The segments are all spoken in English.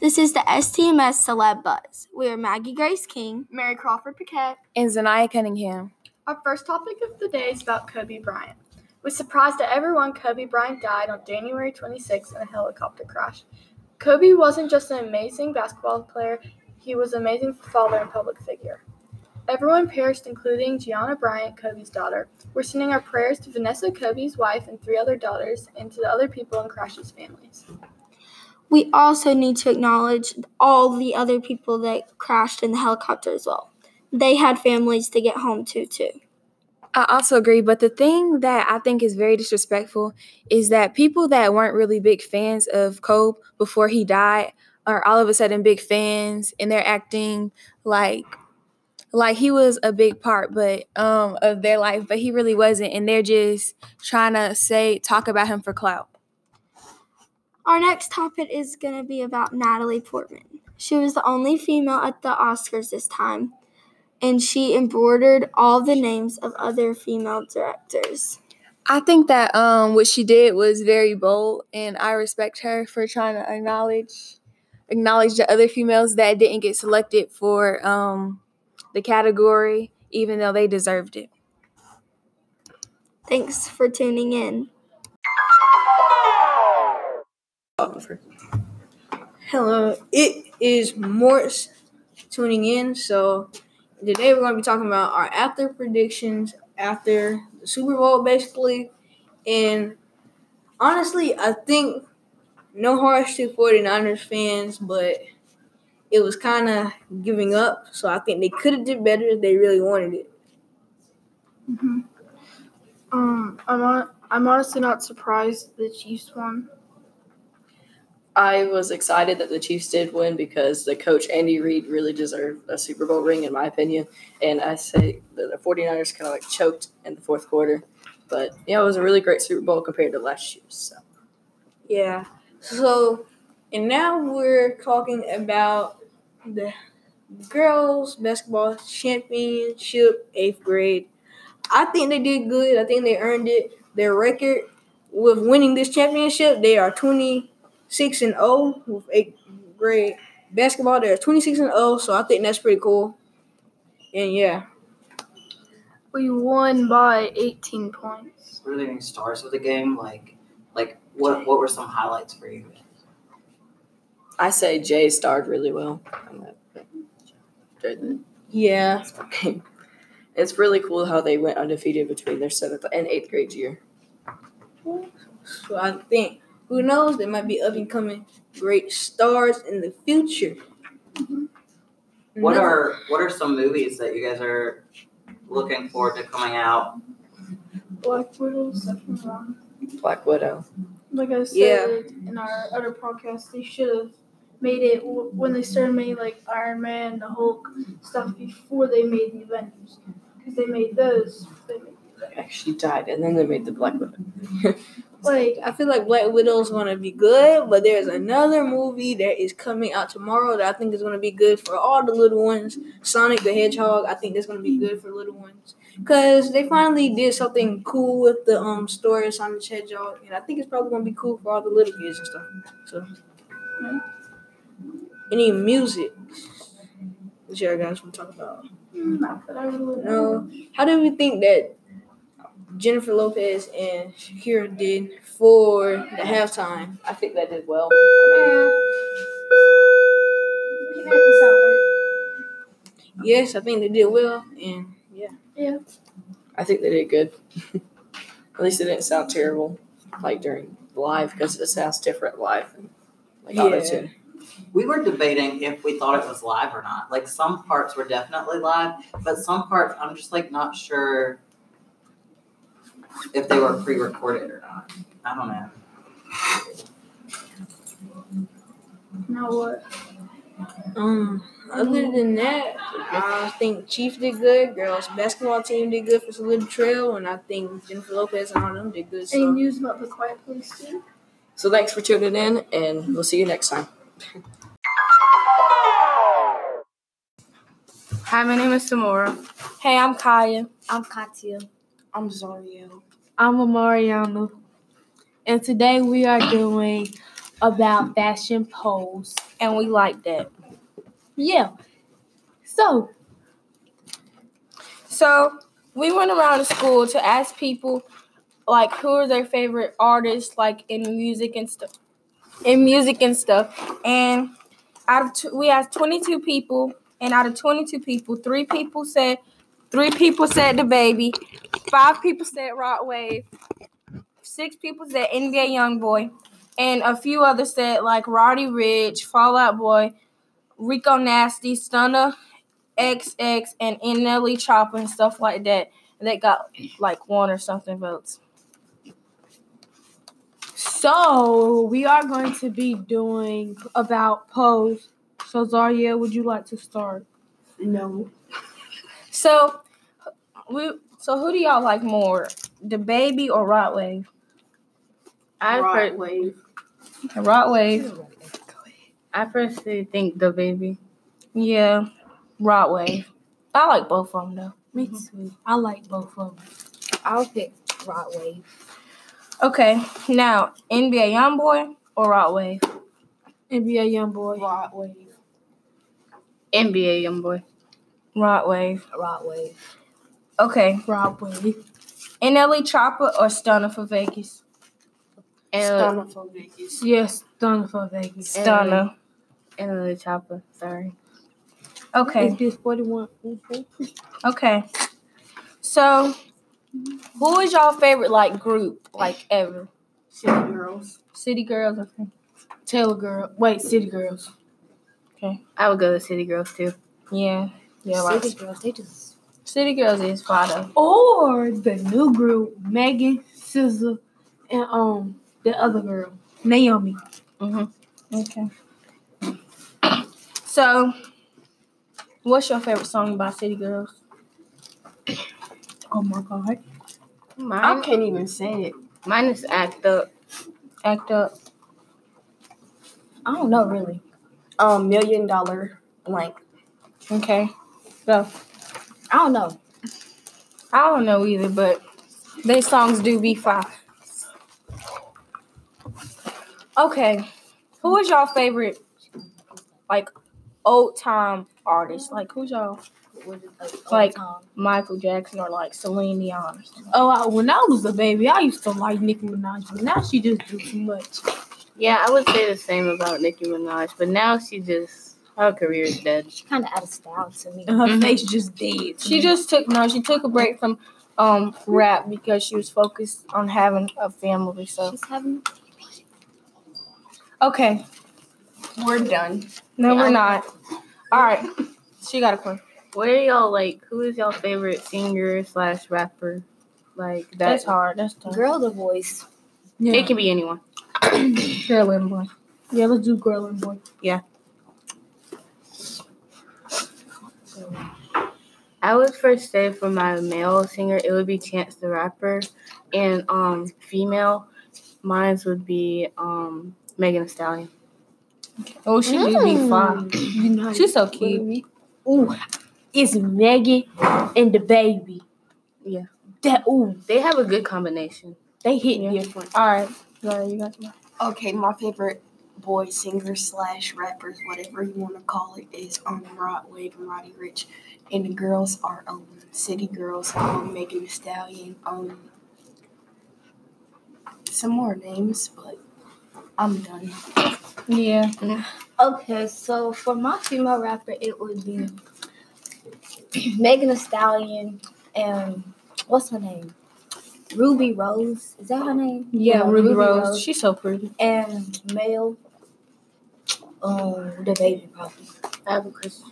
This is the STMS Celeb Buzz. We are Maggie Grace King. Mary Crawford Paquette. and Zaniah Cunningham. Our first topic of the day is about Kobe Bryant. We're surprised that everyone Kobe Bryant died on January 26 in a helicopter crash. Kobe wasn't just an amazing basketball player, he was an amazing father and public figure. Everyone perished, including Gianna Bryant, Kobe's daughter. We're sending our prayers to Vanessa, Kobe's wife, and three other daughters, and to the other people in Crash's families. We also need to acknowledge all the other people that crashed in the helicopter as well. They had families to get home to, too. I also agree, but the thing that I think is very disrespectful is that people that weren't really big fans of Kobe before he died are all of a sudden big fans and they're acting like like he was a big part but um of their life, but he really wasn't and they're just trying to say talk about him for clout. Our next topic is going to be about Natalie Portman. She was the only female at the Oscars this time, and she embroidered all the names of other female directors. I think that um, what she did was very bold, and I respect her for trying to acknowledge acknowledge the other females that didn't get selected for um, the category, even though they deserved it. Thanks for tuning in. Hello, it is Morse tuning in. So today we're going to be talking about our after predictions after the Super Bowl, basically. And honestly, I think no harsh to 49ers fans, but it was kind of giving up. So I think they could have did better if they really wanted it. Um, I'm on, I'm honestly not surprised the Chiefs won. I was excited that the Chiefs did win because the coach Andy Reid really deserved a Super Bowl ring, in my opinion. And I say that the 49ers kind of like choked in the fourth quarter. But yeah, it was a really great Super Bowl compared to last year's. So. Yeah. So, and now we're talking about the girls basketball championship eighth grade. I think they did good. I think they earned it. Their record with winning this championship, they are 26 and 0 with eighth grade basketball. They're 26 and 0, so I think that's pretty cool. And yeah, We won by 18 points. Were there any stars of the game? Like, like what what were some highlights for you? I say Jay starred really well. on that- that- during yeah, the game. It's really cool how they went undefeated between their seventh and eighth grade year. So I think who knows, there might be up and coming great stars in the future. Mm-hmm. What Another- are what are some movies that you guys are looking forward to coming out? Black Widow second one. Black Widow. Like I said Yeah. in our other podcast, they should have made it w- when they started making like Iron Man, the Hulk stuff before they made the Avengers, because they made those. They made, They actually died, and then they made the Black Widow. like I feel like Black Widow is gonna be good, but there's another movie that is coming out tomorrow that I think is gonna be good for all the little ones. Sonic the Hedgehog, I think that's gonna be good for little ones because they finally did something cool with the um story of Sonic the Hedgehog, and I think it's probably gonna be cool for all the little kids and stuff. So, Mm-hmm. any music? What you guys want to talk about? Mm, not that I really know. No. How do we think that Jennifer Lopez and Shakira did for the halftime? I think they did well. I eh. mean, Yes, I think they did well, and yeah. I think they did good. At least it didn't sound terrible, like during live, because it sounds different live. than, Like auto tune. We were debating if we thought it was live or not. Like some parts were definitely live, but some parts I'm just like not sure if they were pre-recorded or not. I don't know. Now what? Um, other than that, I think Chief did good. Girls basketball team did good for Solid Trail, and I think Jennifer Lopez and all them did good. Any So news about the Quiet Place too? So thanks for tuning in, and we'll see you next time. Hi, my name is Samora. Hey, I'm Kaya. I'm Katya. I'm Zario. I'm Amariana. And today we are doing about fashion polls. And we like that. Yeah. So, so we went around to school to ask people like who are their favorite artists like in music and stuff in music and stuff and out of t- we asked 22 people and out of 22 people three people said three people said the baby five people said rot wave six people said nba young boy and a few others said like roddy rich fallout boy rico nasty stunner xx and nelly chopper and stuff like that that got like one or something votes So we are going to be doing about pose. So Zaria, would you like to start? No. So, we. So who do y'all like more, the baby or Rot Wave? I Right per- wave. Rot Wave. I personally think the baby. Yeah, Rot Wave. I like both of them though. Mm-hmm. Me too. I like both of them. I'll pick Rod Wave. Okay, now NBA YoungBoy or Rot Wave? NBA YoungBoy. Right wave. NBA young boy. Rot Wave. Rod Wave. Okay, Rob Wave. NLE Chopper or Stunner for Vegas? And Yes, done for Vegas. Stunner. and the chopper. Sorry. Okay. Is this 41? Mhm. Okay. So, who is y'all favorite like group like ever? City girls. City Girls. Okay. Taylor Girl. Wait, City Girls. I would go to City Girls too. Yeah. Yeah. I City Like, girls, they just City Girls is fire though. Or the new group, Megan, SZA, and um the other girl, Naomi. Okay. So, what's your favorite song by City Girls? Oh my god. Mine, can't even say it. mine is Act Up. Act Up. I don't know really. Um, million dollar blank. Okay. So, I don't know. I don't know either, but they songs do be fire. Okay. Who is y'all favorite, like, old time artist? Like, who's y'all? What is like, like Like- Michael Jackson or like Celine Dion? or something? Oh, I, when I was a baby, I used to like Nicki Minaj, but now she just do too much. Yeah, I would say the same about Nicki Minaj, but now she just her career is dead. she kind of out of style to me. And her Mhm. face just dead. Mm-hmm. Mm-hmm. She just took no. She took a break from um rap because she was focused on having a family. So She's having okay, We're done. no, we're not. All right, she got a question. What are y'all like? Who is y'all favorite singer slash rapper? Like that? That's hard. That's tough. girl the voice. yeah. It can be anyone. Girl and boy. yeah, let's do girl and boy. I would first say for my male singer, it would be Chance the Rapper, and um female, mine's would be um Megan Thee Stallion. Oh, she do Mm. be fine. You know, She's so cute. ooh, it's Megan and the baby. Yeah. That ooh, They have a good combination. they hit Yeah. different. All right, Zara, you got some. Okay, my favorite boy singer slash rappers, whatever you want to call it, is um Rod Wave and Roddy Rich, and the girls are um City Girls, um Megan Thee Stallion, um some more names, but I'm done. Yeah. Okay, so for my female rapper, it would be Megan Thee Stallion and what's her name? Ruby Rose. Is that her name? Yeah, Ruby, Rose. She's so pretty. And male, um, the baby probably. I have a question.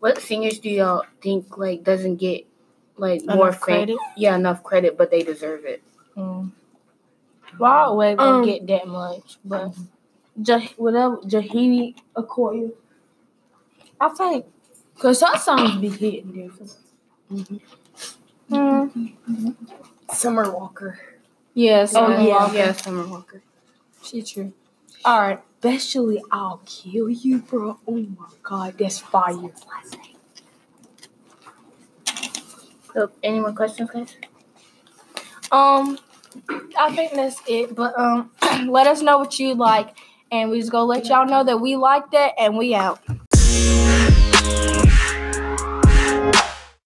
What singers do y'all think like doesn't get like more fame? Yeah, enough credit, but they deserve it. Mm. Wild Wave don't Um, mhm. get that much, but Jah whatever Jahini Akoya. I think Cause her songs be hitting different. Mm-hmm. mm, Summer Walker. yeah, Summer Oh, yeah, Walker. yeah, Summer Walker. She true. All right. Especially I'll kill you, bro. Oh my god, that's fire. So, any more questions, guys? Um, I think that's it. But um, let us know what you like, and we just gonna let y'all know that we like that, and we out.